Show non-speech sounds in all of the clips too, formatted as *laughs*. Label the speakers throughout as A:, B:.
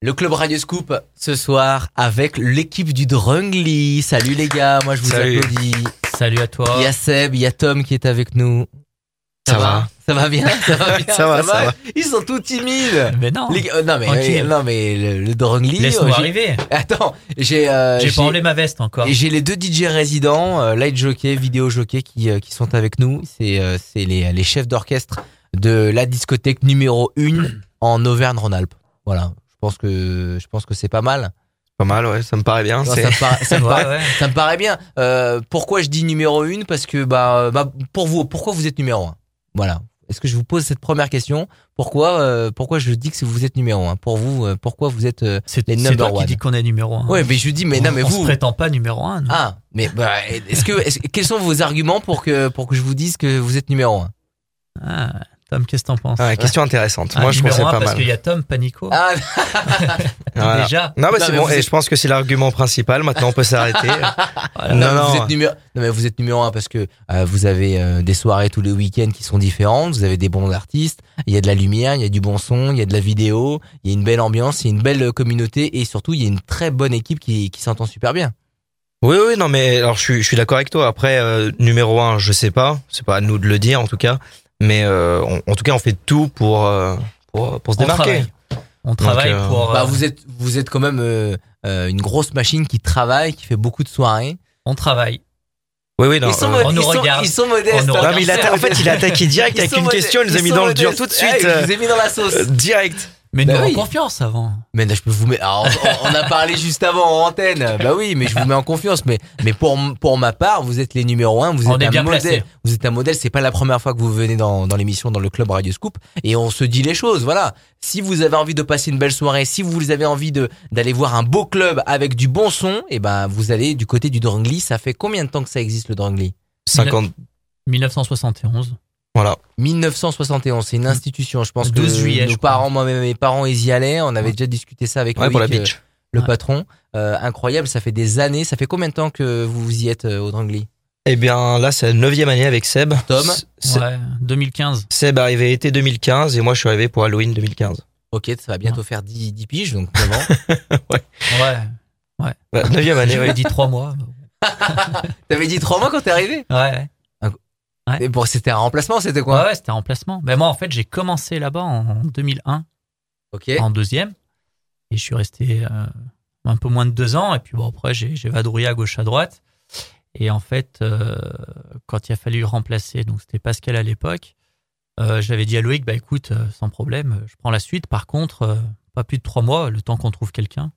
A: Le club Radio Scoop ce soir avec l'équipe du Drungly. Salut les gars, moi je vous
B: Salut.
A: applaudis.
C: Salut à toi.
A: Il y a Seb, il y a Tom qui est avec nous.
B: Ça va
A: Ça va bien, ça va bien.
D: Ça va, ça va.
A: Ils sont tous timides.
C: Mais non.
A: Les gars- euh, non mais
C: Tranquille.
A: euh, non mais le, le Drungly. euh,
C: Laisse-moi
A: j'ai-
C: arriver.
A: *laughs* Attends, j'ai euh,
C: J'ai pas enlevé ma veste encore.
A: j'ai les deux DJ résidents, euh, Light Jockey, Vidéo Jockey, qui, euh, qui sont avec nous. C'est euh, c'est les, les chefs d'orchestre de la discothèque numéro 1 en Auvergne-Rhône-Alpes. Voilà, je pense que je pense que c'est pas mal.
B: Pas mal, ouais, ça me paraît bien.
A: Non,
B: c'est-
A: ça, me para- ça me
C: Ah, *laughs* Ouais,
A: para-
C: ouais.
A: ça me paraît bien. Euh, pourquoi je dis numéro 1 Parce que bah, euh, bah, pour vous, pourquoi vous êtes numéro 1 Voilà. Est-ce que je vous pose cette première question Pourquoi euh, pourquoi je dis que vous êtes numéro 1 Pour vous, euh, pourquoi vous êtes euh,
C: C'est
A: les
C: c'est
A: number
C: toi qui
A: one.
C: dis qu'on est numéro un.
A: Ouais, mais je dis mais
C: on,
A: non mais
C: on
A: vous
C: se prétend pas numéro un. nous.
A: Ah, mais bah, est-ce que est-ce- quels sont vos arguments pour que pour que je vous dise que vous êtes numéro 1
C: Ah, Tom, qu'est-ce que t'en penses
B: Ah, *laughs* ouais, question intéressante.
C: Ah,
B: Moi, je trouve
C: numéro
B: que c'est
C: un
B: pas
C: parce qu'il
B: mal.
C: y a Tom Panico.
A: Ah,
B: Voilà.
C: Déjà.
B: Non, mais
A: Non,
B: c'est
A: mais
B: bon.
A: vous
B: Et
A: êtes-
B: je pense que c'est l'argument principal. Maintenant, on
A: *laughs*
B: peut s'arrêter.
C: Voilà.
B: Non,
A: mais
B: non.
A: Vous êtes numéro, Euh, non, mais vous êtes numéro un parce que euh, vous avez euh, des soirées tous les week-ends qui sont différentes, vous avez des bons artistes, il y a de la lumière, il y a du bon son, il y a de la vidéo, il y a une belle ambiance, il y a une belle euh, communauté et surtout il y a une très bonne équipe qui, qui s'entend super bien.
B: Oui, oui, non, mais alors je suis, je suis d'accord avec toi. Après, euh, numéro un, je sais pas. C'est pas à nous de le dire en tout cas. Mais euh, on- en tout cas, on fait tout pour euh, pour, pour se
C: On
B: démarquer.
C: travaille. On travaille
B: euh,
C: pour.
A: Bah,
C: euh,
A: vous êtes vous êtes quand même euh, euh, une grosse machine qui travaille, qui fait beaucoup de soirées.
C: On travaille.
B: Oui, oui, non.
A: ils sont,
B: euh,
A: mo-
C: on
A: ils
C: nous
A: sont-
C: regarde.
A: ils sont modestes.
C: On nous
A: hein.
B: non,
C: regarde.
B: mais il atta- en fait, il a attaqué direct
A: Ils
B: avec
A: sont
B: une
A: modestes,
B: question. Il nous a
A: ils
B: mis
A: sont
B: dans le dur
A: modestes.
B: tout de
A: Ah,
B: suite.
A: je
B: euh,
A: vous ai mis dans la sauce.
B: euh, direct.
C: Mais
A: Bah
C: nous
A: oui.
C: en confiance avant.
A: Mais là, je peux vous mettre. alors, on, on a parlé juste avant en antenne. Bah oui, mais je vous mets en confiance. Mais mais pour pour ma part, vous êtes les numéros un. Vous
C: On
A: êtes
C: est
A: un
C: bien
A: modèle.
C: placés.
A: Vous êtes un modèle. C'est pas la première fois que vous venez dans dans l'émission dans le club Radio Scoop et on se dit les choses. Voilà. Si vous avez envie de passer une belle soirée, si vous avez envie de d'aller voir un beau club avec du bon son, et ben vous allez du côté du Drangly. Ça fait combien de temps que ça existe le Drangly
B: 50.
C: 1971.
B: Voilà.
A: 1971, c'est une institution. Je pense que
C: 12 juillet,
A: nos
C: je crois.
A: parents, moi-même, mes parents, ils y allaient. On avait déjà discuté ça avec
B: Ouais,
A: Loïc,
B: pour la
A: euh,
B: pitch.
A: le
C: Ouais.
A: patron. Euh, incroyable, ça fait des années. Ça fait combien de temps que vous y êtes euh, au Drangly
B: Eh bien, là, c'est la neuvième année avec Seb.
A: Tom.
B: Se-
C: Ouais, 2015.
B: Seb est arrivé été 2015 et moi je suis arrivé pour Halloween 2015.
A: Ok, ça va bientôt faire 10, 10 piges, donc vraiment.
C: *laughs* Ouais.
B: Ouais,
A: Eh, bah,
B: Neuvième année, oui.
C: J'avais dit trois mois.
A: T'avais dit 3 mois quand t'es arrivé
C: Ouais, ouais. Ouais.
A: Et bon, C'était un remplacement, c'était
C: Ouais,
A: quoi
C: ouais, c'était un remplacement. Mais moi, en fait, j'ai commencé là-bas en 2001,
A: Ok.
C: en deuxième. Et je suis resté euh, un peu moins de deux ans. Et puis, bon, après, j'ai j'ai vadrouillé à gauche, à droite. Et en fait, euh, quand il a fallu remplacer, donc c'était Pascal à l'époque, euh, j'avais dit à Loïc, bah écoute, euh, sans problème, euh, je prends la suite. Par contre, euh, pas plus de trois mois, le temps qu'on trouve quelqu'un.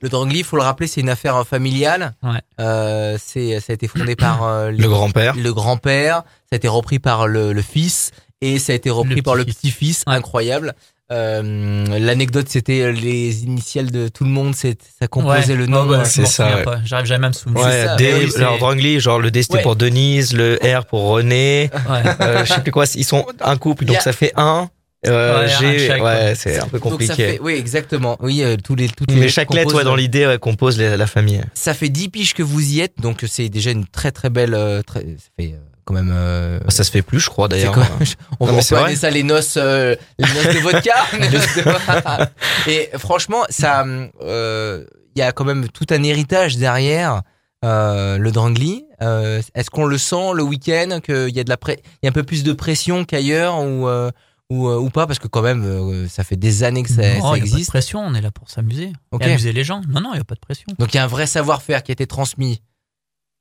A: Le Drangly, il faut le rappeler, c'est une affaire euh, familiale.
C: Ouais.
A: Euh, c'est- ça a été fondé par
C: *clears throat*
A: euh, les-
B: *laughs* Le grand-père.
A: le grand-père, ça a été repris par le, le fils et ça a été repris
C: Le
A: par le
C: petit-fils.
A: petit-fils. Incroyable. Euh, L'anecdote, c'était les initiales de tout le monde. c'est- Ça composait
C: Ouais.
A: le nom. euh,
C: Ouais, ouais,
B: C'est
C: je m'en
B: ça,
C: souviens
B: ouais.
C: pas. J'arrive jamais à me souvenir.
A: C'est ça,
B: Ouais, D,
A: oui,
C: c'est-
B: leur Drangly, genre le D c'était
A: Ouais.
B: pour Denise, le R pour René,
C: Ouais.
B: *laughs*
A: *laughs*
B: euh, je sais plus quoi, ils sont un couple,
A: Y
B: donc
A: a-
B: ça fait un. Euh,
C: Ouais, un
B: G,
C: chaque,
B: ouais,
C: ouais.
B: c'est un peu
A: Donc ça fait-
B: compliqué.
A: oui, exactement. Oui, euh, tous les, toutes les
B: Mais euh,
A: lettres
B: chaque lettre,
A: composent-
B: ouais, dans l'idée, ouais, compose les- la famille.
A: Ça fait 10 piges que vous y êtes, donc euh, c'est déjà une très très belle. euh, très- ça fait euh, quand même. euh,
B: Ça se fait plus, je crois,
A: c'est
B: d'ailleurs. Hein.
A: quoi *laughs* On
B: Non,
A: va
B: mais c'est
A: appeler
B: vrai.
A: ça les noces, euh, les noces de
B: *laughs*
A: vodka. les noces de- Et franchement, ça, euh, il y a quand même tout un héritage derrière euh, le drangli. Euh, Est-ce qu'on le sent le week-end qu'il y a de la pré- il y a un peu plus de pression qu'ailleurs ou euh, ou, euh, ou pas Parce que quand même, euh, ça fait des années que ça, ça
C: Non, Oh, y a pas de
A: existe.
C: pression, on est là pour s'amuser.
A: Ok.
C: Et amuser les gens. Non, non, il n'y a pas de pression.
A: Donc il y a un vrai savoir-faire qui a été transmis.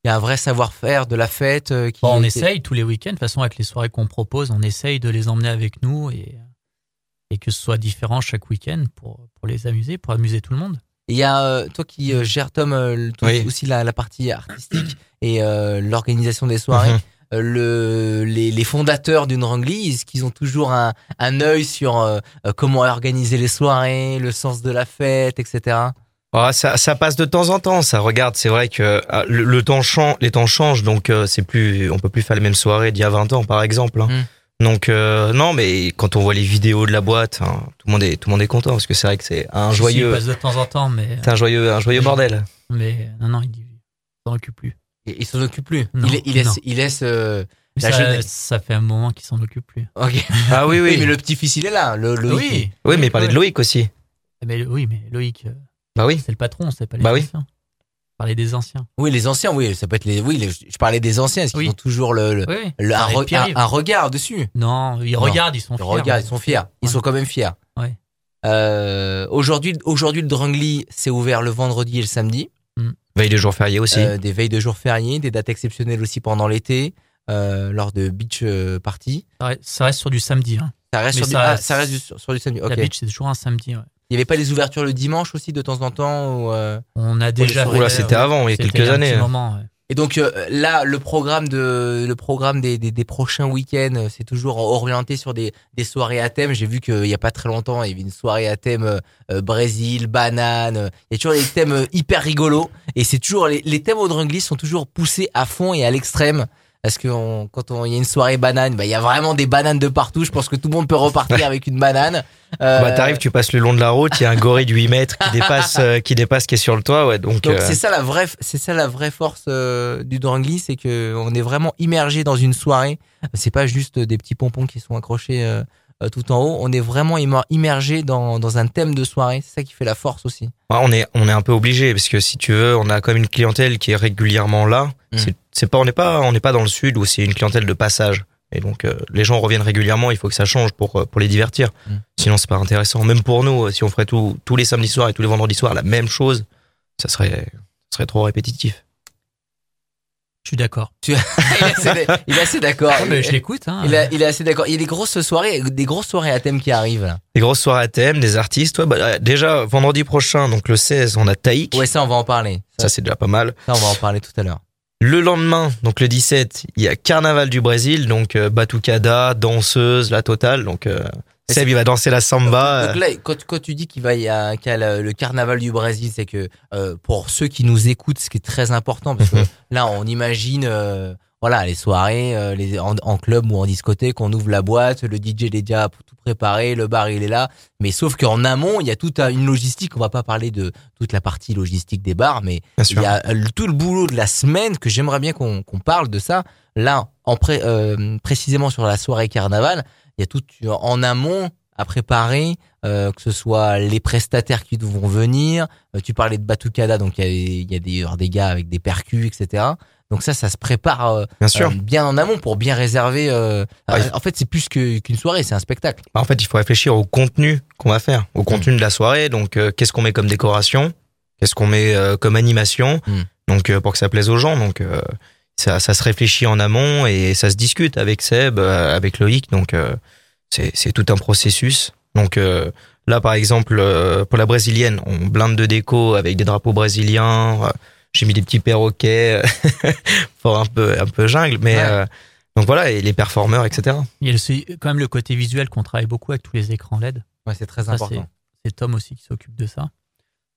A: Il y a un vrai savoir-faire de la fête euh, qui.
C: Bon,
A: a
C: on
A: été-
C: essaye tous les week-ends, de toute façon, avec les soirées qu'on propose, on essaye de les emmener avec nous et, et que ce soit différent chaque week-end pour, pour les amuser, pour amuser tout le monde.
A: Il y a euh, toi qui euh, gères Tom euh, le- tout-
B: Oui.
A: aussi la, la partie artistique et euh, l'organisation des soirées.
B: Mhm.
A: Euh, le, les, les fondateurs d'une Rangli, est-ce qu'ils ont toujours un, un œil sur euh, euh, comment organiser les soirées, le sens de la fête, etc.
B: Ah, ça, ça passe de temps en temps, ça regarde. C'est vrai que ah, le, le temps change, les temps changent, donc euh, c'est plus, on peut plus faire les mêmes soirées d'il y a 20 ans, par exemple. hein. Donc euh, non, mais quand on voit les vidéos de la boîte, hein, tout le monde est, tout le monde est content parce que c'est vrai que c'est un
C: Il
B: joyeux,
C: passe de temps en temps, mais,
B: c'est un joyeux, un joyeux bordel.
C: mais non, non, il il s'en occupe plus.
A: Et- Ils s'en occupent plus.
C: Non,
A: il, il laisse,
C: non.
A: il laisse. euh, La
C: Ça,
A: jeunesse.
C: ça fait un moment qu'il s'en occupe plus.
A: ok.
B: Ah oui,
A: Oui,
B: oui,
A: mais le petit fils il est là. Le, le-
C: Oui,
B: oui, mais parler de Loïc aussi.
C: Mais oui, mais Loïc, euh,
B: Bah oui.
C: c'est le patron, c'est pas les
B: Bah oui.
C: anciens. Parler des anciens.
A: Oui, les anciens, oui, ça peut être les. Oui, les- je parlais des anciens, parce qu'ils
C: Oui.
A: ont toujours le, le,
C: Oui, oui.
A: le- un,
C: Parler de
A: re-
C: Pierre-Yves.
A: un- un regard dessus.
C: Non, ils
A: Non.
C: regardent, ils sont
A: Ils
C: fiers.
A: regardent, ils sont fiers. Ils
C: Ouais.
A: sont quand même fiers.
C: Ouais.
A: Euh, aujourd'hui, aujourd'hui, le Drangli s'est ouvert le vendredi et le samedi.
B: Veille de jours fériés aussi.
A: Euh, des veilles de jours fériés, des dates exceptionnelles aussi pendant l'été, euh, lors de beach euh, party.
C: Ça reste- Ça reste sur du samedi. hein.
A: Ça reste,
C: Mais
A: sur, du,
C: ça-
A: ah, ça reste du- sur, sur du samedi. ok.
C: La beach, c'est toujours un samedi. ouais.
A: Il n'y avait pas les ouvertures le dimanche aussi de temps en temps. ou, euh,
C: On a déjà. euh,
A: soirées,
B: Oula,
A: ouais,
B: c'était avant, il y a quelques années. hein.
A: Et donc euh, là, le programme de le programme des, des, des prochains week-ends, euh, c'est toujours orienté sur des, des soirées à thème. J'ai vu qu'il n'y a pas très longtemps, il y avait une soirée à thème euh, euh, Brésil, banane. euh, Il y a toujours des thèmes euh, hyper rigolos. Et c'est toujours les, les thèmes au drunglis sont toujours poussés à fond et à l'extrême. Parce que on- quand on- il y a une soirée banane, bah, il y a vraiment des bananes de partout. Je pense que tout le monde peut repartir avec une banane. Euh,
B: Bah t'arrives, tu passes le long de la route, il y a un gorille de 8 mètres qui dépasse, euh, qui dépasse, qui est sur le toit, ouais. Donc,
A: Donc
B: euh,
A: c'est ça la vraie, c'est ça la vraie force euh, du drangli, c'est que on est vraiment immergé dans une soirée. C'est pas juste des petits pompons qui sont accrochés euh, euh, tout en haut. On est vraiment immer- immergé dans, dans un thème de soirée. C'est ça qui fait la force aussi. *laughs*
B: Ouais, on est, on est un peu obligé parce que si tu veux, on a quand même une clientèle qui est régulièrement là.
A: Mm.
B: C'est- C'est pas, on n'est pas, on n'est pas dans le sud où c'est une clientèle de passage. Et donc euh, les gens reviennent régulièrement. Il faut que ça change pour euh, pour les divertir.
A: Mm.
B: Sinon c'est pas intéressant. Même pour nous, euh, si on ferait tout tous les samedis soirs et tous les vendredis soirs la même chose, ça serait ça serait trop répétitif.
C: Je suis d'accord.
A: il est assez, il est assez d'accord.
C: Ouais, mais je l'écoute. hein.
A: Bah, Il, a- il est assez d'accord. Il y a des grosses soirées, des grosses soirées à thème qui arrivent. Là.
B: Des grosses soirées à thème, des artistes. Ouais, bah, euh, déjà vendredi prochain, donc le 16, on a Taïk.
A: Ouais, ça on va en parler. Ça,
B: Ça c'est déjà pas mal.
A: ça, on va en parler tout à l'heure.
B: Le lendemain, donc le 17, il y a Carnaval du Brésil, donc euh, batucada, danseuse, la totale. Donc euh,
A: Et
B: Seb, il va danser la samba.
A: Donc
B: euh,
A: là, quand, quand tu dis qu'il va y a, qu'il y a le, le carnaval du Brésil, c'est que euh, pour ceux qui nous écoutent, ce qui est très important, parce que
B: Mhm.
A: là, on imagine, euh, voilà, les soirées, euh, les, en, en club ou en discothèque, on ouvre la boîte, le DJ il est déjà tout préparé, le bar il est là, mais sauf qu'en amont, il y a toute un- une logistique. On va pas parler de toute la partie logistique des bars, mais
B: bien
A: il
B: sûr.
A: y a euh, tout le boulot de la semaine que j'aimerais bien qu'on qu'on parle de ça. Là, en pré- euh, précisément sur la soirée carnaval, il y a tout euh, en amont à préparer, euh, que ce soit les prestataires qui vont venir. Euh, tu parlais de Batucada, donc il y a, il y a des, il y aura des gars avec des percus, etc. Donc ça, ça se prépare euh,
B: bien sûr.
A: euh, bien en amont pour bien réserver. euh,
B: Ah,
A: euh,
B: il-
A: en fait, c'est plus que- qu'une soirée, c'est un spectacle.
B: Bah, en fait, il faut réfléchir au contenu qu'on va faire, au contenu de la soirée. Donc euh, qu'est-ce qu'on met comme décoration, qu'est-ce qu'on met euh, comme animation,
A: Mm.
B: donc euh, pour que ça plaise aux gens. Donc euh, ça, ça se réfléchit en amont et ça se discute avec Seb, euh, avec Loïc. Donc euh, c'est c'est tout un processus. Donc euh, là, par exemple, euh, pour la brésilienne, on blinde de déco avec des drapeaux brésiliens. euh, J'ai mis des petits perroquets, euh, *laughs* pour un peu un peu jungle, mais
A: Ouais.
B: euh, donc voilà et les performeurs, etc.
C: Il y a aussi quand même le côté visuel qu'on travaille beaucoup avec tous les écrans LED.
A: Ouais, c'est très
C: Ça,
A: important.
C: C'est Tom aussi qui s'occupe de ça.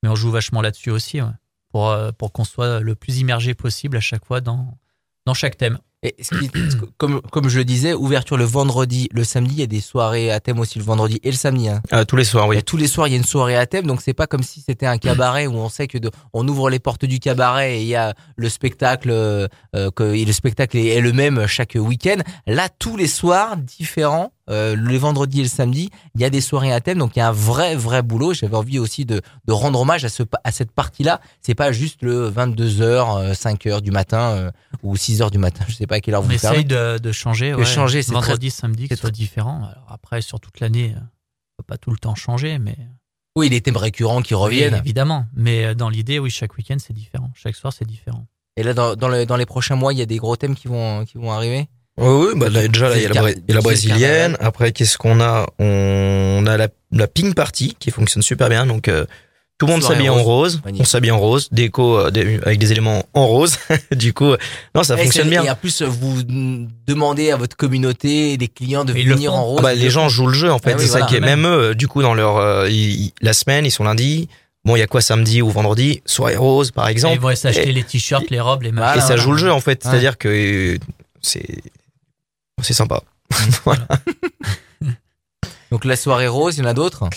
C: Mais on joue vachement là-dessus aussi, ouais. pour, euh, pour qu'on soit le plus immergé possible à chaque fois dans, dans chaque thème.
A: Et ce qui- ce que- comme, comme je le disais, ouverture le vendredi, le samedi, il y a des soirées à thème aussi le vendredi et le samedi. hein.
B: Euh, tous les soirs, oui.
A: Il y a tous les soirs, il y a une soirée à thème, donc c'est pas comme si c'était un cabaret où on sait que de- on ouvre les portes du cabaret et il y a le spectacle, euh, euh, que, et le spectacle est, est le même chaque week-end. Là, tous les soirs différents, euh, le vendredi et le samedi, il y a des soirées à thème, donc il y a un vrai vrai boulot. J'avais envie aussi de, de rendre hommage à ce pa- à cette partie-là. C'est pas juste le 22 h 5 h du matin euh, ou 6 h du matin, je sais pas à quelle heure
C: On
A: vous le fermez.
C: essaye de, de changer.
A: De
C: ouais.
A: changer, c'est
C: Vendredi, samedi, que
A: c'est
C: ce soit différent. Alors après, sur toute l'année, euh, on peut pas tout le temps changer, mais
A: Oui, les thèmes récurrents qui reviennent.
C: Oui, évidemment. Mais euh, dans l'idée, oui, chaque week-end, c'est différent. Chaque soir, c'est différent.
A: Et là, dans, dans, le- dans les prochains mois, il y a des gros thèmes qui vont qui vont arriver.
B: Oui, oui, bah là, déjà, là, il y a la,
A: C'est le car-
B: Bra- il y a la
A: c'est le
B: brésilienne. Après, qu'est-ce qu'on a On a la, la ping party qui fonctionne super bien. Donc, euh, tout le monde
A: Soirée
B: s'habille en rose.
A: Magnifique.
B: On s'habille en rose, déco euh, des- avec des éléments en rose. *laughs* du coup, euh, non, ça
A: Et
B: fonctionne
A: c'est-
B: bien.
A: Et en plus, vous mm, demandez à votre communauté et des clients de
C: Et ils le
A: venir
C: font.
A: en rose.
B: Ah bah, les gens jouent le jeu en fait.
A: Ah oui,
B: c'est
A: voilà,
B: ça qui est. Même eux, euh, du coup, dans leur euh, ils- ils- la semaine, ils sont lundi. Bon, il y a quoi samedi ou vendredi Soirée rose, par
C: Ils
B: exemple.
C: vont s'acheter les t-shirts, les robes, les
A: voilà,
B: Et
C: machins.
B: ça
A: voilà.
B: joue le jeu en fait.
A: Ouais.
B: C'est-à-dire que euh, c'est c'est sympa. *laughs*
A: Donc la soirée rose, il y en a d'autres.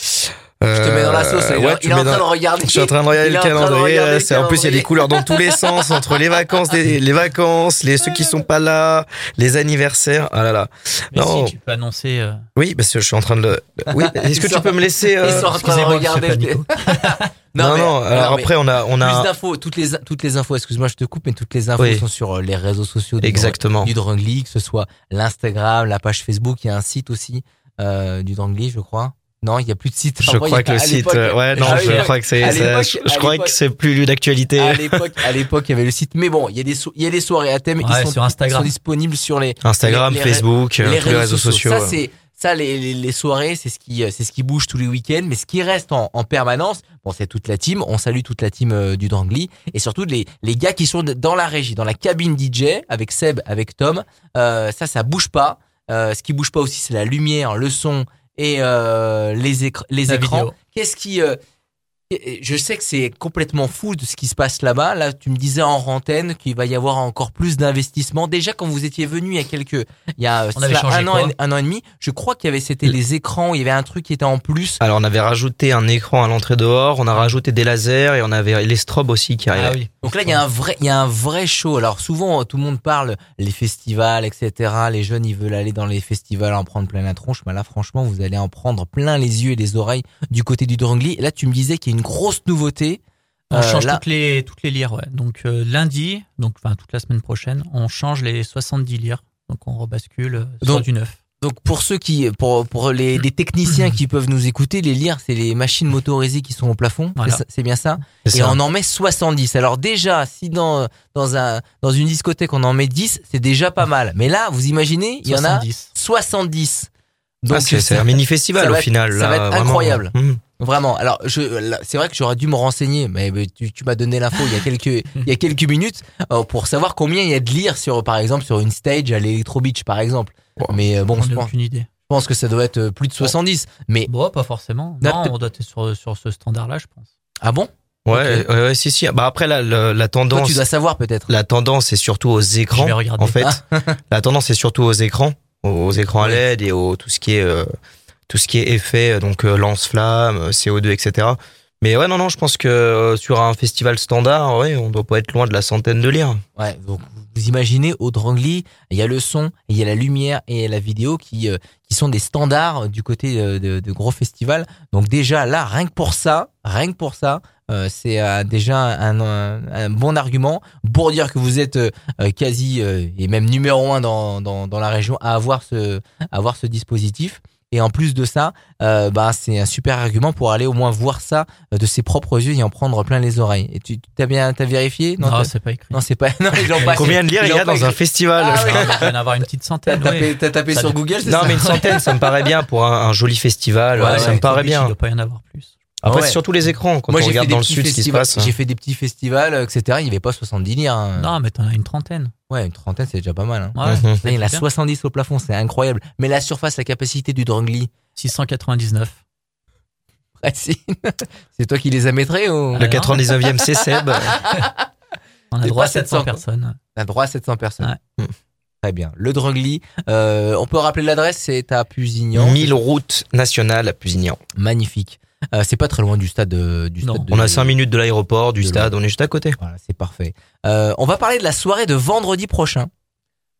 A: Je te mets dans la sauce.
B: Euh,
A: il est-
B: ouais, tu
A: il est
B: mets
A: en train
B: dans-
A: de regarder.
B: Je suis en train de regarder
A: Il est
B: le
A: en train de
B: calendrier.
A: regarder le
B: c'est- en plus, il y a
A: calendrier.
B: des couleurs dans tous les sens entre les vacances, les, les vacances, les ceux qui sont pas là, les anniversaires. Ah là là.
C: Mais
B: Non.
C: si, tu peux annoncer. euh,
B: Oui, parce que je suis en train de le.
A: *laughs*
B: Oui. Est-ce que
A: Ils
B: tu
A: sont-
B: peux me laisser euh,
A: Ils sont en train de
C: excusez-moi,
A: regarder.
C: monsieur
A: le-
B: Non,
A: mais-
B: non. Alors
A: mais
B: après, on a, on
A: Plus
B: a.
A: d'infos, toutes les, toutes les infos, excuse-moi, je te coupe, mais toutes les infos
B: Oui.
A: sont sur euh, les réseaux sociaux du,
B: Exactement.
A: du Drunk League, que ce soit l'Instagram, la page Facebook, il y a un site aussi euh, du Drunk League, je crois. Non, il n'y a plus de site.
B: Je
A: Avant, il y
B: crois
A: a-
B: que le
A: à
B: site.
A: l'époque-
B: euh,
A: *laughs*
B: Ouais, non,
A: à
B: je
A: l'époque-
B: crois que c'est.
A: à
B: ça-
A: l'époque-
B: Je
A: à
B: je crois
A: l'époque-
B: que c'est plus d'actualité.
A: à l'époque, à l'époque, il y avait le site. Mais bon, il y a des, sou- il y a des soirées à thème.
C: ouais,
A: ils, sont,
C: sur
A: ils sont
C: Instagram.
A: disponibles sur les,
B: Instagram,
A: Ah, les- les-
B: Facebook, euh,
A: les
B: tous les réseaux sociaux.
A: Ça, c'est ça les, les, les soirées, c'est ce qui euh, c'est ce qui bouge tous les week-ends, mais ce qui reste en, en permanence, bon, c'est toute la team. On salue toute la team euh, du Drangly et surtout les les gars qui sont de- dans la régie, dans la cabine DJ avec Seb, avec Tom. Euh, ça, ça bouge pas. Euh, ce qui bouge pas aussi, c'est la lumière, le son et euh, les écr- les
C: La
A: écrans.
C: vidéo.
A: Qu'est-ce qui euh, je sais que c'est complètement fou de ce qui se passe là-bas. Là, tu me disais en rantaine qu'il va y avoir encore plus d'investissements. Déjà, quand vous étiez venu il y a quelques, il y a euh,
C: On avait
A: cela
C: changé
A: un,
C: quoi
A: an, et- un an et demi, je crois qu'il y avait c'était les écrans, il y avait un truc qui était en
C: Ah,
A: plus.
B: Alors on avait rajouté un écran à l'entrée dehors, on a rajouté des lasers et on avait les strobes aussi qui
C: Ah
B: arrivaient.
C: oui.
A: Donc là, il y a un vrai, il y a un vrai show. Alors souvent, euh, tout le monde parle les festivals, etc. Les jeunes, ils veulent aller dans les festivals en prendre plein la tronche. Mais là, franchement, vous allez en prendre plein les yeux et les oreilles du côté du Drangli. Là, tu me disais qu'il y a une grosse nouveauté.
C: On
A: Euh,
C: change
A: là-
C: toutes les toutes les lires. Ouais. Donc euh, lundi, donc enfin toute la semaine prochaine, on change les 70 lires. Donc on rebascule euh, sur
A: Donc,
C: du neuf.
A: Donc pour ceux qui, pour, pour les, les techniciens qui peuvent nous écouter, les lire, c'est les machines motorisées qui sont au plafond,
C: Voilà.
A: c'est ça- c'est bien ça.
B: C'est
A: Et
B: ça.
A: on en met 70. Alors déjà, si dans, dans, un, dans une discothèque on en met 10, c'est déjà pas mal. Mais là, vous imaginez, il y en a
C: 70.
A: 70.
B: Ah, c'est c'est un mini festival
A: ça
B: au
A: va être-
B: final.
A: ça
B: là,
A: va être
B: vraiment.
A: incroyable.
B: Mmh.
A: Vraiment. Alors, je, là, c'est vrai que j'aurais dû me renseigner, mais, mais tu, tu m'as donné l'info il y a quelques,
B: *laughs*
A: il y a quelques minutes euh, pour savoir combien il y a de lire sur, par exemple, sur une stage à l'Electro Beach, par exemple.
B: Wow.
A: Mais euh, bon,
C: On
A: je
C: n'a
A: pense,
C: aucune idée.
A: je pense que ça doit être euh, plus de 70. Mais
C: Bon, pas forcément.
A: Là,
C: Non,
A: peut-
C: on doit être sur, sur ce standard-là, je pense.
A: ah bon
B: Ouais, ouais, ouais, si, si. Bah après, la, la, la
A: Toi,
B: tendance,
A: tu dois savoir peut-être.
B: la tendance est surtout aux
C: Je
B: écrans.
C: vais regarder.
B: En fait, *laughs* la tendance est surtout aux écrans, aux, aux écrans à
A: Ah. Ouais.
B: LED et au tout ce qui est euh, tout ce qui est effet, donc euh, lance-flamme, euh, CO2, etc. Mais ouais, non, non, je pense que euh, sur un festival standard, ouais, on doit pas être loin de la centaine de lire.
A: Ouais, donc vous imaginez au Drangli, il y a le son, il y a la lumière et il y a la vidéo qui euh, qui sont des standards euh, du côté euh, de, de gros festivals. Donc déjà là, rien que pour ça, rien que pour ça, euh, c'est euh, déjà un, euh, un bon argument pour dire que vous êtes euh, euh, quasi euh, et même numéro un dans, dans dans la région à avoir ce à avoir ce dispositif. Et en plus de ça, euh, bah, c'est un super argument pour aller au moins voir ça euh, de ses propres yeux et en prendre plein les oreilles. Et tu t'as bien t'as vérifié
C: Non,
A: t'as-
C: c'est pas écrit.
A: non, c'est pas. *laughs* Non, ils l'ont pas.
B: Combien de lire il y
A: l'ont
B: a
A: pas
B: dans un
A: écrit.
B: festival
A: Ah
C: Il
A: oui.
C: va y en avoir une petite
A: T'as
C: centaine. ouais.
A: tapé, t'as tapé
C: Ça
A: sur
C: dépend.
A: Google, c'est
B: Non,
A: ça
B: mais une centaine, ça me paraît bien pour un, un joli festival.
A: Ouais,
B: ça
A: ouais.
B: me paraît
C: Il
B: bien.
C: doit pas y en avoir plus.
B: Après,
A: Ouais.
B: c'est surtout les écrans quand
A: Moi,
B: on
A: j'ai fait,
B: regarde
A: des
B: dans le
A: petits
B: sud ce qui se
A: festivals-
B: passe. hein.
A: j'ai fait des petits festivals, etc. Il n'y avait pas 70 lire. hein.
C: Non, mais t'en as une trentaine.
A: Ouais, une trentaine, c'est déjà pas mal. hein.
C: Ouais,
B: Mhm.
A: Là, il y en a
C: c'est bien.
A: 70 au plafond, c'est incroyable. Mais la surface, la capacité du Drangli, *laughs*
C: 699.
A: Racine, *laughs* c'est toi qui les as maîtrés ou
B: Le
C: Alors
B: 99e c'est Seb.
C: On a
A: C'est
C: droit à
A: pas 700, quoi.
C: 700 personnes.
A: T'as droit à 700 personnes.
B: Ouais.
A: Hmm. Très bien. Le Drangli, euh, on peut rappeler l'adresse, c'est à Pusignan.
B: 1000 routes nationales à Pusignan.
A: Magnifique. Euh, c'est pas très loin du stade. euh, Du
C: Non.
A: stade de-
B: On a 5 minutes de l'aéroport, du
A: de
B: stade, on est juste à côté.
A: Voilà, c'est parfait. Euh, on va parler de la soirée de vendredi prochain.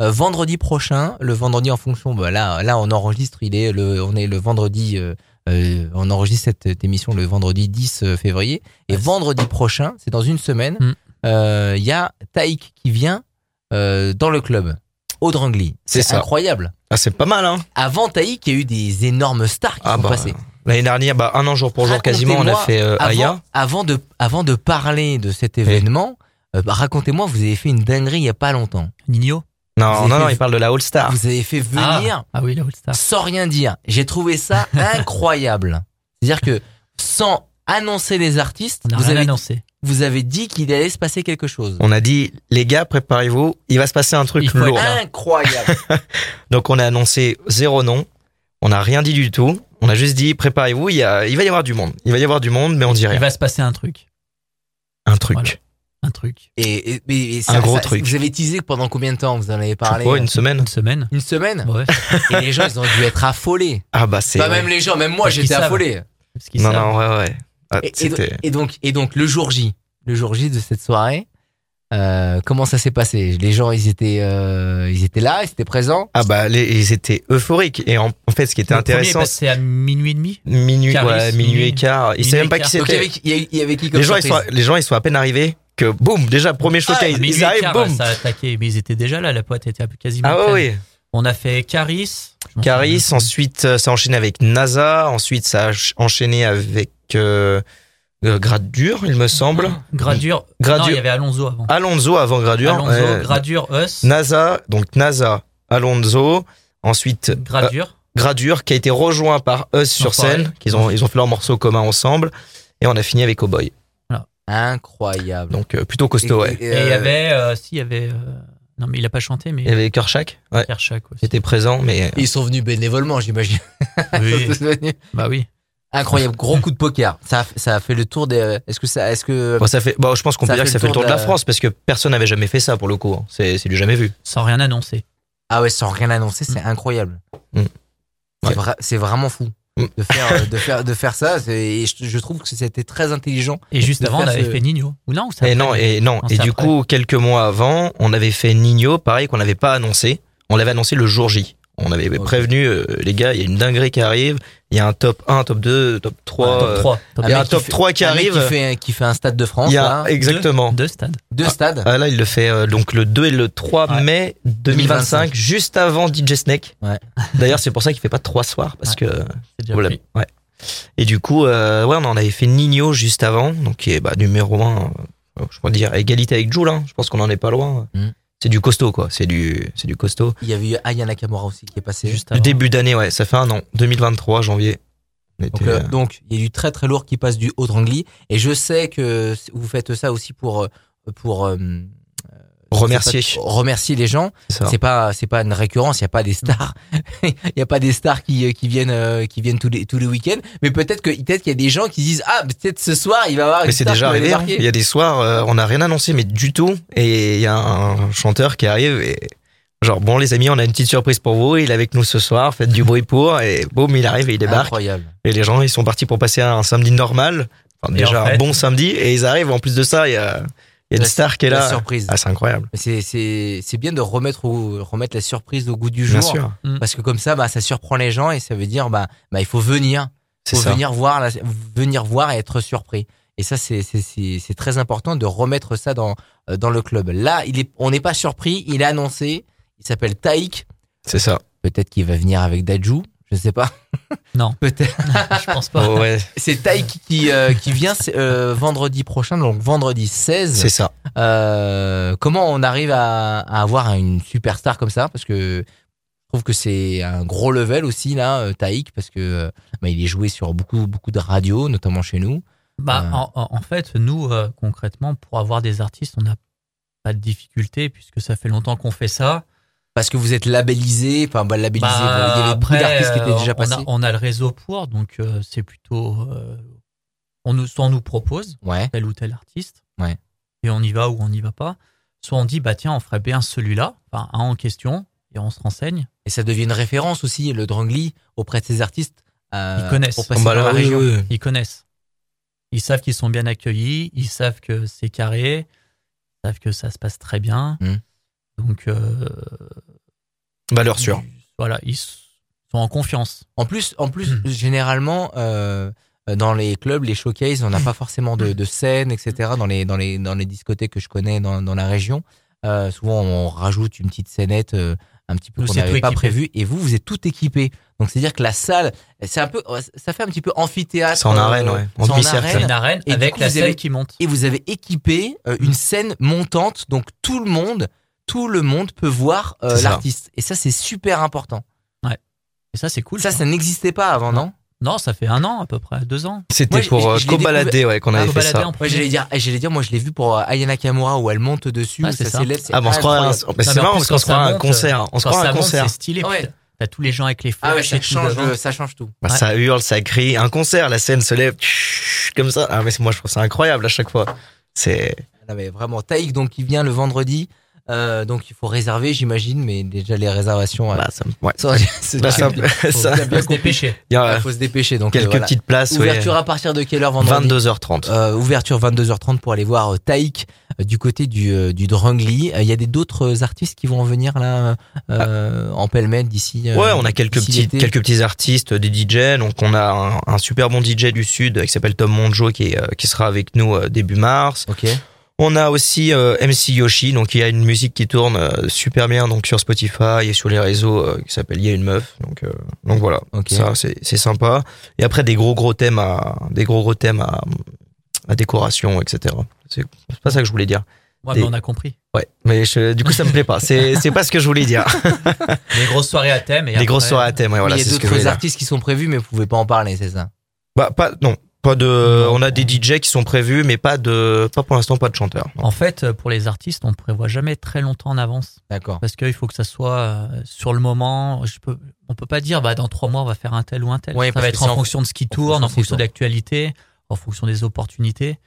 A: Euh, vendredi prochain, le vendredi en fonction, bah là, là on enregistre, il est le, on est le vendredi, euh, euh, on enregistre cette, cette émission le vendredi 10 février. Et vendredi prochain, c'est dans une semaine,
B: Hmm.
C: Mm.
A: euh, il y a Taïk qui vient euh, dans le club, au Drangli.
B: C'est ça.
A: incroyable.
B: Ah, c'est pas mal, hein
A: Avant Taïk, il y a eu des énormes stars qui
B: Ah
A: sont
B: bah,
A: passées.
B: L'année dernière, bah, un an jour pour jour quasiment, on a
A: Racontez-moi
B: fait euh,
A: avant,
B: Aya.
A: avant de, avant de parler de cet événement, euh, bah, racontez-moi, vous avez fait une dinguerie il y a pas longtemps.
C: Nino
B: Non,
A: Vous
B: non,
A: avez
B: non,
A: fait-
B: il parle de la All Star.
A: Vous avez fait venir
C: Ah oui, la All-Star.
A: sans rien dire. J'ai trouvé
B: *laughs*
A: ça incroyable. C'est-à-dire que sans annoncer les artistes,
C: On a
A: vous
C: rien
A: avez,
C: annoncé.
A: vous avez dit qu'il allait se passer quelque chose.
B: On a dit, les gars, préparez-vous, il va se passer un
C: Il
B: truc
C: faut être
B: lourd.
C: là.
B: *laughs*
A: Incroyable.
B: Donc on a annoncé zéro nom, on n'a rien dit du tout, on a juste dit, préparez-vous, il, y a- il va y avoir du monde. Il va y avoir du monde, mais on dit
C: Il
B: rien.
C: va se passer un truc.
B: Un truc.
C: Voilà. Un truc.
A: et, et- et- et
B: Un gros truc.
A: Vous avez teasé pendant combien de temps Vous en avez
B: Je
A: parlé
B: crois, une semaine.
C: Une semaine.
A: Une semaine
C: Ouais.
A: Et les gens, ils ont dû être affolés.
B: Ah bah c'est...
A: Pas même les gens, même moi,
C: Parce qu'ils
A: j'étais
C: savent.
A: affolé.
C: Parce qu'ils
B: non,
C: savent.
B: non, ouais, ouais. Ah,
A: Et, et do-
B: c'était-
A: et donc, et donc, le jour J, le jour J de cette soirée, euh, comment ça s'est passé Les gens, ils étaient, euh, ils étaient là, ils étaient présents.
B: Ah bah, les, ils étaient euphoriques. Et en, en fait, ce qui était
C: Le premier est
B: intéressant, c'est
C: passé à minuit et demi.
B: minuit,
C: Caris,
B: ouais, minuit
C: minuit.
B: et quart. Ils
C: Minuit
B: savaient même
C: et
B: pas qui
C: quart.
A: Donc, il y avait,
B: c'était.
A: qui- il y avait- il y avait qui comme
B: Les gens, ils sont,
A: surprise
B: les gens, ils sont à peine arrivés que boum, déjà premier showcase,
C: à Ah, minuit
B: ils
C: et
B: arrivent,
C: quart, bah,
B: boum.
C: Ça a attaqué, mais ils étaient déjà là. La pote était quasiment.
B: Ah ouais,
C: pleine.
B: oui.
C: On a fait Caris. je m'en
B: Caris,
C: souviens.
B: ensuite euh, ça a enchaîné avec NASA, ensuite ça a ch- enchaîné avec euh, euh, Gradure, il me semble.
C: Gradure.
B: Gradure.
C: Non, il y avait Alonso avant.
B: Alonso avant Gradure.
C: Ah. Alonso,
B: ouais.
C: Gradure, Us,
B: NASA, donc NASA, Alonso, ensuite
C: Gradure.
B: Gradure qui a été rejoint par Us sur
C: Enfoiré.
B: scène, qu'ils ont ils ont fait leur morceau commun ensemble et on a fini avec Cowboy.
A: Incroyable.
B: Donc euh, plutôt costaud ouais.
C: Et il y
A: euh,
C: avait. euh, si, il y avait. euh, non, mais il a pas chanté, mais.
B: Il y avait Kershak, ouais,
C: Kershak
B: *laughs*
C: aussi.
B: qui était présent mais
A: Ils sont venus bénévolement, j'imagine.
C: Oui,
A: *laughs* Ils sont venus-
C: bah oui.
A: Incroyable, gros coup de poker. Ça, a fait- ça a fait le tour des. euh, Est-ce que ça, est-ce que
B: bon, ça fait bon, je pense qu'on
A: Ça
B: peut dire que ça fait le tour de la
A: euh,
B: France parce que personne n'avait jamais fait ça pour le coup, hein. c'est c'est du jamais vu.
C: Sans rien annoncer.
A: ah ouais, sans rien annoncer, c'est incroyable.
B: Mm.
A: C'est
B: Ouais.
A: vra- C'est vraiment fou
B: Mm.
A: de faire, euh, de faire, de faire ça. c'est- Et je, je trouve que c'était très intelligent.
C: Et juste
A: De
C: avant, on
A: faire
C: avait
A: ce-
C: fait Nino. Ou non, ça
B: Et non, et non.
C: Non,
B: Et
C: c'est
B: du
C: après.
B: coup, quelques mois avant, on avait fait Nino, pareil qu'on n'avait pas annoncé. On l'avait annoncé le jour J. On avait
A: Ok.
B: prévenu euh, les gars, il y a une dinguerie qui arrive, il y a un top 1, top 2, top 3.
C: Top
B: euh,
C: 3. Top
B: Il y a
A: Un
B: un
A: mec
B: top
A: qui fait-
B: 3 qui
A: Un mec
B: arrive.
A: qui fait, qui fait un stade de France,
B: Il y a
A: là,
B: exactement.
C: 2 stades.
A: deux stades.
B: Ah, là, il le fait euh, donc le 2 et le 3
C: Ouais.
B: mai 2025, juste avant DJ Snake.
A: Ouais.
B: *laughs* D'ailleurs, c'est pour ça qu'il fait pas trois soirs parce que
C: C'est déjà
B: Voilà.
C: pris.
B: Ouais. Et du coup, euh, ouais, on en avait fait Nino juste avant, donc qui est bah, numéro un, euh, je pourrais dire, à égalité avec Jules, hein. je pense qu'on en est pas loin.
A: Mm.
B: C'est du costaud, quoi. C'est du, c'est du costaud.
A: Il y avait eu Aya Nakamura aussi qui est passé.
C: Juste
B: Du
C: avant.
B: début d'année, ouais, ça fait un an, 2023, janvier. On était,
A: Donc, euh,
B: euh,
A: donc, il y a du très très lourd qui passe du haut de Rangli. Et je sais que vous faites ça aussi pour euh, pour euh,
B: remercier.
A: c'est pas- remercier les gens.
B: c'est ça.
A: C'est pas c'est pas une récurrence. Il y a pas des stars. *laughs* Il y a pas des stars qui euh, qui viennent euh, qui viennent tous les tous les week-ends. Mais peut-être que peut-être qu'il y a des gens qui disent ah peut-être ce soir il va y
C: Ah,
A: avoir. une
B: Mais c'est
A: star
B: déjà
A: qui va
B: arrivé. hein.
A: débarquer.
B: Il y a des soirs, euh, on n'a rien annoncé, mais du tout. Et il y a un chanteur qui arrive et genre, bon, les amis, on a une petite surprise pour vous. Il est avec nous ce soir. Faites du bruit pour. Et boum, il arrive et il débarque.
A: Incroyable.
B: Et les gens, ils sont partis pour passer un samedi normal. Enfin,
C: Et
B: déjà
C: en fait-
B: un bon samedi. Et ils arrivent. En plus de ça, il y a, il y a une
A: La-
B: star qui est
A: La
B: là.
A: surprise.
B: Ah, c'est incroyable.
A: Mais C'est c'est c'est bien de remettre au, remettre la surprise au goût du
B: Bien
A: jour.
B: sûr.
A: Parce que comme ça bah ça surprend les gens et ça veut dire bah bah il faut venir.
B: C'est
A: faut
B: ça.
A: venir voir, la- venir voir et être surpris. Et ça, c'est c'est- c'est c'est très important de remettre ça dans, euh, dans le club. Là, il est, on n'est pas surpris, il est annoncé, il s'appelle Taïk.
B: C'est ça.
A: Peut-être qu'il va venir avec Dajou, je sais pas. *laughs*
C: Non.
A: Peut-être.
C: *laughs* Je pense pas.
B: Oh, ouais,
A: C'est Taïk qui, euh, qui vient c'est, euh, vendredi prochain, donc vendredi 16.
B: c'est ça.
A: Euh, comment on arrive à, à avoir une superstar comme ça Parce que je trouve que c'est un gros level aussi là, euh, Taïk, parce que euh, bah, il est joué sur beaucoup beaucoup de radios, notamment chez nous.
C: Bah,
A: Euh.
C: en, en- en fait, nous, euh, concrètement, pour avoir des artistes, on n'a pas de difficulté puisque ça fait longtemps qu'on fait ça.
A: Parce que vous êtes labellisé, enfin bah, labellisé,
C: Bah,
A: il y avait beaucoup
C: après,
A: d'artistes qui étaient
C: euh,
A: déjà
C: on
A: passés.
C: A, on a le réseau pour, donc euh, c'est plutôt. euh, on nous, soit on nous propose
A: Ouais,
C: tel ou tel artiste,
A: Ouais.
C: et on y va ou on n'y va pas. Soit on dit, bah tiens, on ferait bien celui-là, enfin un en question, et on se renseigne.
A: et ça devient une référence aussi, le Drangli, auprès de ces artistes. euh,
C: Ils connaissent.
A: Pour
C: Bah,
A: passer
B: Bah
A: dans
B: là,
A: la
B: oui,
A: région.
B: oui, oui.
C: Ils connaissent. Ils savent qu'ils sont bien accueillis, ils savent que c'est carré, ils savent que ça se passe très bien.
A: Mm.
C: Donc. euh,
B: Valeur sûre.
C: Voilà, ils s- sont en confiance.
A: En plus, en plus
C: Hmm.
A: généralement, euh, dans les clubs, les showcases, on n'a pas
C: *laughs*
A: forcément de, de scène, etc. Dans les, dans, les, dans les discothèques que je connais dans, dans la région, euh, souvent on rajoute une petite scénette euh, un petit peu
C: Nous,
A: qu'on
C: c'est
A: n'avait
C: tout
A: pas
C: équipé.
A: prévu. Et vous, vous êtes tout équipé. Donc c'est-à-dire que la salle, c'est un peu, ça fait un petit peu amphithéâtre.
B: C'est en
A: euh,
B: arène, ouais. En
A: c'est en
B: demi-cercle.
A: arène.
C: C'est une arène
A: Et du
C: avec
A: coup,
C: la
A: vous
C: scène
A: avez-
C: qui monte.
A: et vous avez équipé euh, une scène montante, donc tout le monde, tout le monde peut voir euh,
B: C'est ça.
A: l'artiste. Et ça, c'est super important.
C: Et ça, c'est cool.
A: Ça,
C: ça.
A: ça n'existait pas avant, non
C: Non, ça fait un an, à peu près, deux ans.
B: C'était
A: Moi, je-
B: pour
A: je-
B: euh,
A: je l'ai
B: Cobaladé, ouais, qu'on
C: Ah,
B: avait
C: vous
B: fait
C: baladez
B: ça.
C: en
A: Ouais,
C: premier.
A: j'allais dire, eh, j'allais dire, moi, je l'ai vu pour euh, Ayana Kamura où elle monte dessus,
C: Ah,
A: où
C: c'est
A: ça
C: ça.
A: s'élève. c'est
B: Ah, mais on se croirait, à un-
A: incroyable.
B: mais
C: Non,
B: c'est
C: mais en
B: marrant parce
C: plus,
B: qu'on
C: quand
B: se croirait à
C: ça
B: un
C: monte,
B: concert. On se
C: Quand
B: croirait à
C: ça
B: un
C: monte,
B: concert.
C: c'est stylé.
A: Ouais.
C: putain. T'as tous les gens avec les flashs
A: Ah ouais,
C: et
A: ça
C: tout
A: change,
C: devant.
A: euh, ça change tout.
B: Bah,
C: Ouais.
B: Ça hurle, ça crie. Un concert, la scène se lève tch, comme ça. Ah, mais c'est- moi, je trouve ça incroyable à chaque fois. C'est
A: Non, mais vraiment, Taïk, donc, qui vient le vendredi Euh, donc il faut réserver, j'imagine, mais déjà les réservations. euh,
B: Bah, ça me- ouais.
A: sont- c'est
B: Bah, ça,
A: bien-
B: me- *laughs* ça-
A: bien
C: Faut se
A: compliqué.
C: dépêcher.
B: il y a
A: Il faut se dépêcher. Donc,
B: Bah, quelques
A: euh, voilà.
B: petites places. ouais.
A: Ouverture à partir de quelle heure vendredi
B: 22h30.
A: Euh, ouverture 22h30 pour aller voir euh, Taïk euh, du côté du, euh, du Drangli. Euh, Il y a des- d'autres artistes qui vont en venir là euh, en pêle-mêle d'ici. euh,
B: Ah. Ouais, on a quelques
A: d'ici
B: petits,
A: l'été.
B: quelques petits artistes, des DJ. Donc, on a un, un super bon DJ du Sud euh, qui s'appelle Tom Monjo qui, est, euh, qui sera avec nous euh, début mars.
A: Ok.
B: On a aussi euh, MC Yoshi. Donc, il y a une musique qui tourne euh, super bien donc sur Spotify et sur les réseaux euh, qui s'appelle Il y a une meuf. Donc, euh, donc voilà.
A: Ok.
B: Ça, c'est c'est sympa. Et après, des gros gros thèmes à, des gros gros thèmes à, à décoration, etc. C'est c'est pas ça que je voulais dire.
C: Ouais,
B: Des-
C: mais on a compris.
B: Ouais. Mais je- du coup, ça me plaît pas.
A: *laughs*
B: C'est c'est pas ce que je voulais dire.
C: Les grosses soirées à thème. Et
B: les
C: après-
B: grosses soirées à thème. Ouais, voilà,
A: il y
B: c'est
A: a
B: ce que je voulais
A: d'autres
B: dire.
A: artistes qui sont prévus, mais vous pouvez pas en parler, c'est ça.
B: Bah pas non, pas de
C: Non.
B: on a des DJ qui sont prévus mais pas de pas pour l'instant pas de chanteur.
C: En fait, euh, pour les artistes, on prévoit jamais très longtemps en avance
A: D'accord.
C: parce qu'il faut que ça soit euh, sur le moment. Je peux, on peut pas dire bah dans trois mois on va faire un tel ou un tel.
A: Ouais,
C: ça
A: parce
C: va
A: que
C: être
A: c'est
C: en
A: en
C: fonction de ce qui
A: en
C: tourne,
A: fonction de
C: en
A: ce qui
C: fonction de l'actualité, en fonction des opportunités.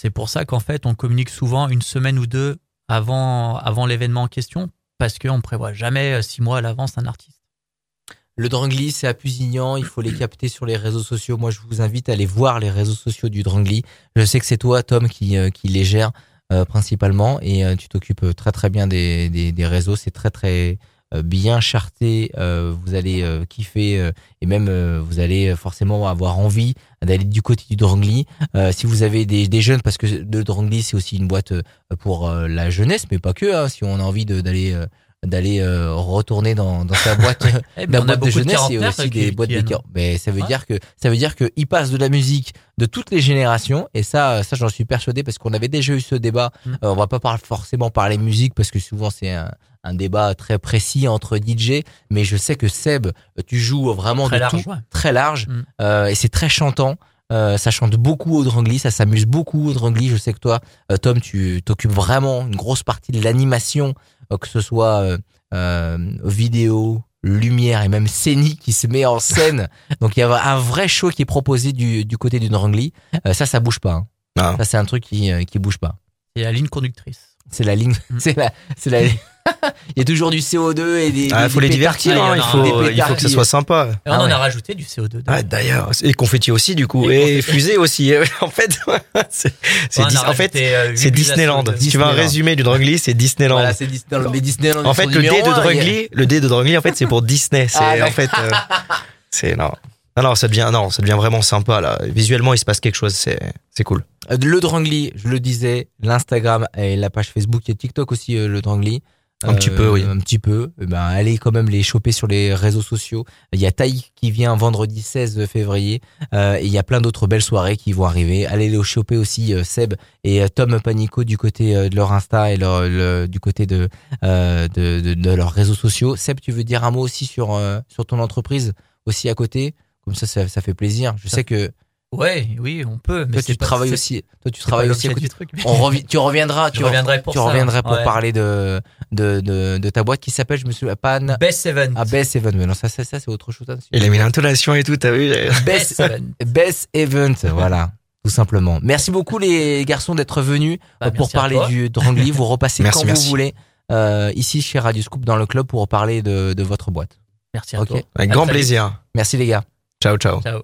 C: C'est pour ça qu'en fait on communique souvent une semaine ou deux avant avant l'événement en question parce qu'on prévoit jamais euh, six mois à l'avance un artiste.
A: Le Drangli, c'est à Pusignan. Il faut les capter sur les réseaux sociaux. Moi, je vous invite à aller voir les réseaux sociaux du Drangli. Je sais que c'est toi, Tom, qui, euh, qui les gère euh, principalement. Et euh, tu t'occupes euh, très, très bien des, des, des réseaux. C'est très, très euh, bien charté. Euh, vous allez euh, kiffer. euh, et même, euh, vous allez euh, forcément avoir envie d'aller du côté du Drangli. Euh, si vous avez des, des jeunes, parce que le Drangli, c'est aussi une boîte euh, pour euh, la jeunesse, mais pas que. hein. si on a envie de- d'aller... euh, d'aller euh, retourner dans, dans sa boîte
C: Eh ben,
A: la
C: on
A: Bah, boîte de
C: a beaucoup de
A: jeunesse et
C: quarantenaires euh,
A: aussi
C: qui-
A: des boîtes
C: qui
A: de
C: viennent.
A: cœur. Mais ça veut
C: Ouais.
A: dire que ça veut dire que ils passent de la musique de toutes les générations et ça euh, ça j'en suis persuadé parce qu'on avait déjà eu ce débat.
C: Mm.
A: Euh, on va pas par- forcément parler musique parce que souvent c'est un, un débat très précis entre DJ. Mais je sais que Seb, euh, tu joues vraiment
C: Très
A: de
C: large.
A: tout,
C: ouais.
A: très large
C: Mm.
A: euh, et c'est très chantant. Euh, ça chante beaucoup au drangli, ça s'amuse beaucoup au drangli. Je sais que toi, euh, Tom, tu t'occupes vraiment une grosse partie de l'animation, euh, que ce soit euh, euh, vidéo, lumière et même scénique qui se met en
C: *laughs*
A: scène. Donc il y a un vrai show qui est proposé du, du côté du drangli. Euh, ça, ça bouge pas. hein.
B: Ah.
A: Ça, c'est un truc qui euh, qui bouge pas.
C: Et la ligne conductrice.
A: C'est la ligne. *laughs*
C: Mm.
A: C'est la. C'est la. il y a toujours du CO2 et des.
B: Ah,
A: des-
B: il faut
A: des
B: les
A: pétards qui-
B: divertir, hein,
C: il y
B: il
C: en a
A: des
B: faut, il
A: pétards
B: faut que ça
A: qui-
B: soit sympa.
C: Et on
A: Ah
C: en
A: ouais.
C: a rajouté du CO2. dedans.
B: Ah, d'ailleurs, et confetti aussi du coup
C: Et
B: et, fusée aussi. eh en fait, *laughs* c'est c'est
C: On
B: Dis-
C: a
B: en fait
C: rajouté, euh, huit
B: c'est
C: bulles à
B: Disneyland.
C: CO2.
B: Si tu veux un
A: Disneyland.
B: résumé du Drugly, c'est Disneyland.
A: Voilà, c'est Disneyland. Mais Disneyland,
B: en
A: ils
B: fait,
A: sont
B: le
A: numéro
B: dé de
A: un, il y a- *laughs*
B: Drugly, le dé de Drugly, en fait, c'est pour Disney. C'est
A: Ah,
B: en fait, euh, c'est non. Non, non, ça devient, non, ça devient vraiment sympa là. Visuellement, il se passe quelque chose, c'est, c'est cool.
A: Euh, Le Drangli, je le disais, l'Instagram et la page Facebook, il y a TikTok aussi, euh, le Drangli.
B: Un petit peu, oui.
A: Un petit peu. Eh ben, allez quand même les choper sur les réseaux sociaux. Il y a Taïk qui vient vendredi 16 février. Euh, et il y a plein d'autres belles soirées qui vont arriver. Allez les choper aussi, euh, Seb et euh, Tom Panico du côté euh, de leur Insta et leur, le- du côté de, euh, de, de- de leurs réseaux sociaux. Seb, tu veux dire un mot aussi sur, euh, sur ton entreprise, aussi à côté comme ça, ça, ça fait plaisir. Je sais que
C: Ouais, oui, on peut. Mais
A: toi,
C: c'est
A: tu
C: pas-
A: travailles
C: c'est-
A: aussi. Toi, tu
C: c'est pas
A: travailles aussi
C: l'objet
A: à côté
C: du truc. mais- *laughs*
A: on revi- tu reviendras,
C: Je
A: tu,
C: reviendrai pour
A: tu
C: ça.
A: reviendras pour
C: Ouais.
A: parler de, de, de, de ta boîte qui s'appelle, je me souviens, pas Anna-
C: Best Event.
A: ah, Bess Event. Mais non, ça, ça, ça c'est autre chose. hein.
B: Il a mis l'intonation et tout, t'as vu?
A: Bess,
C: *laughs*
A: Bess Event, voilà, tout simplement. Merci beaucoup les garçons d'être venus
C: Bah,
A: pour
C: merci à
A: parler
C: toi.
A: du Drangli. Vous repassez
B: *laughs* Merci,
A: quand
B: merci.
A: vous voulez euh, ici chez Radio Scoop dans le club pour parler de, de votre boîte.
C: Merci à
A: Ok.
C: toi.
B: Avec
C: À
B: grand
C: très vite.
B: plaisir.
A: Merci les gars.
B: Ciao, ciao.
C: Ciao.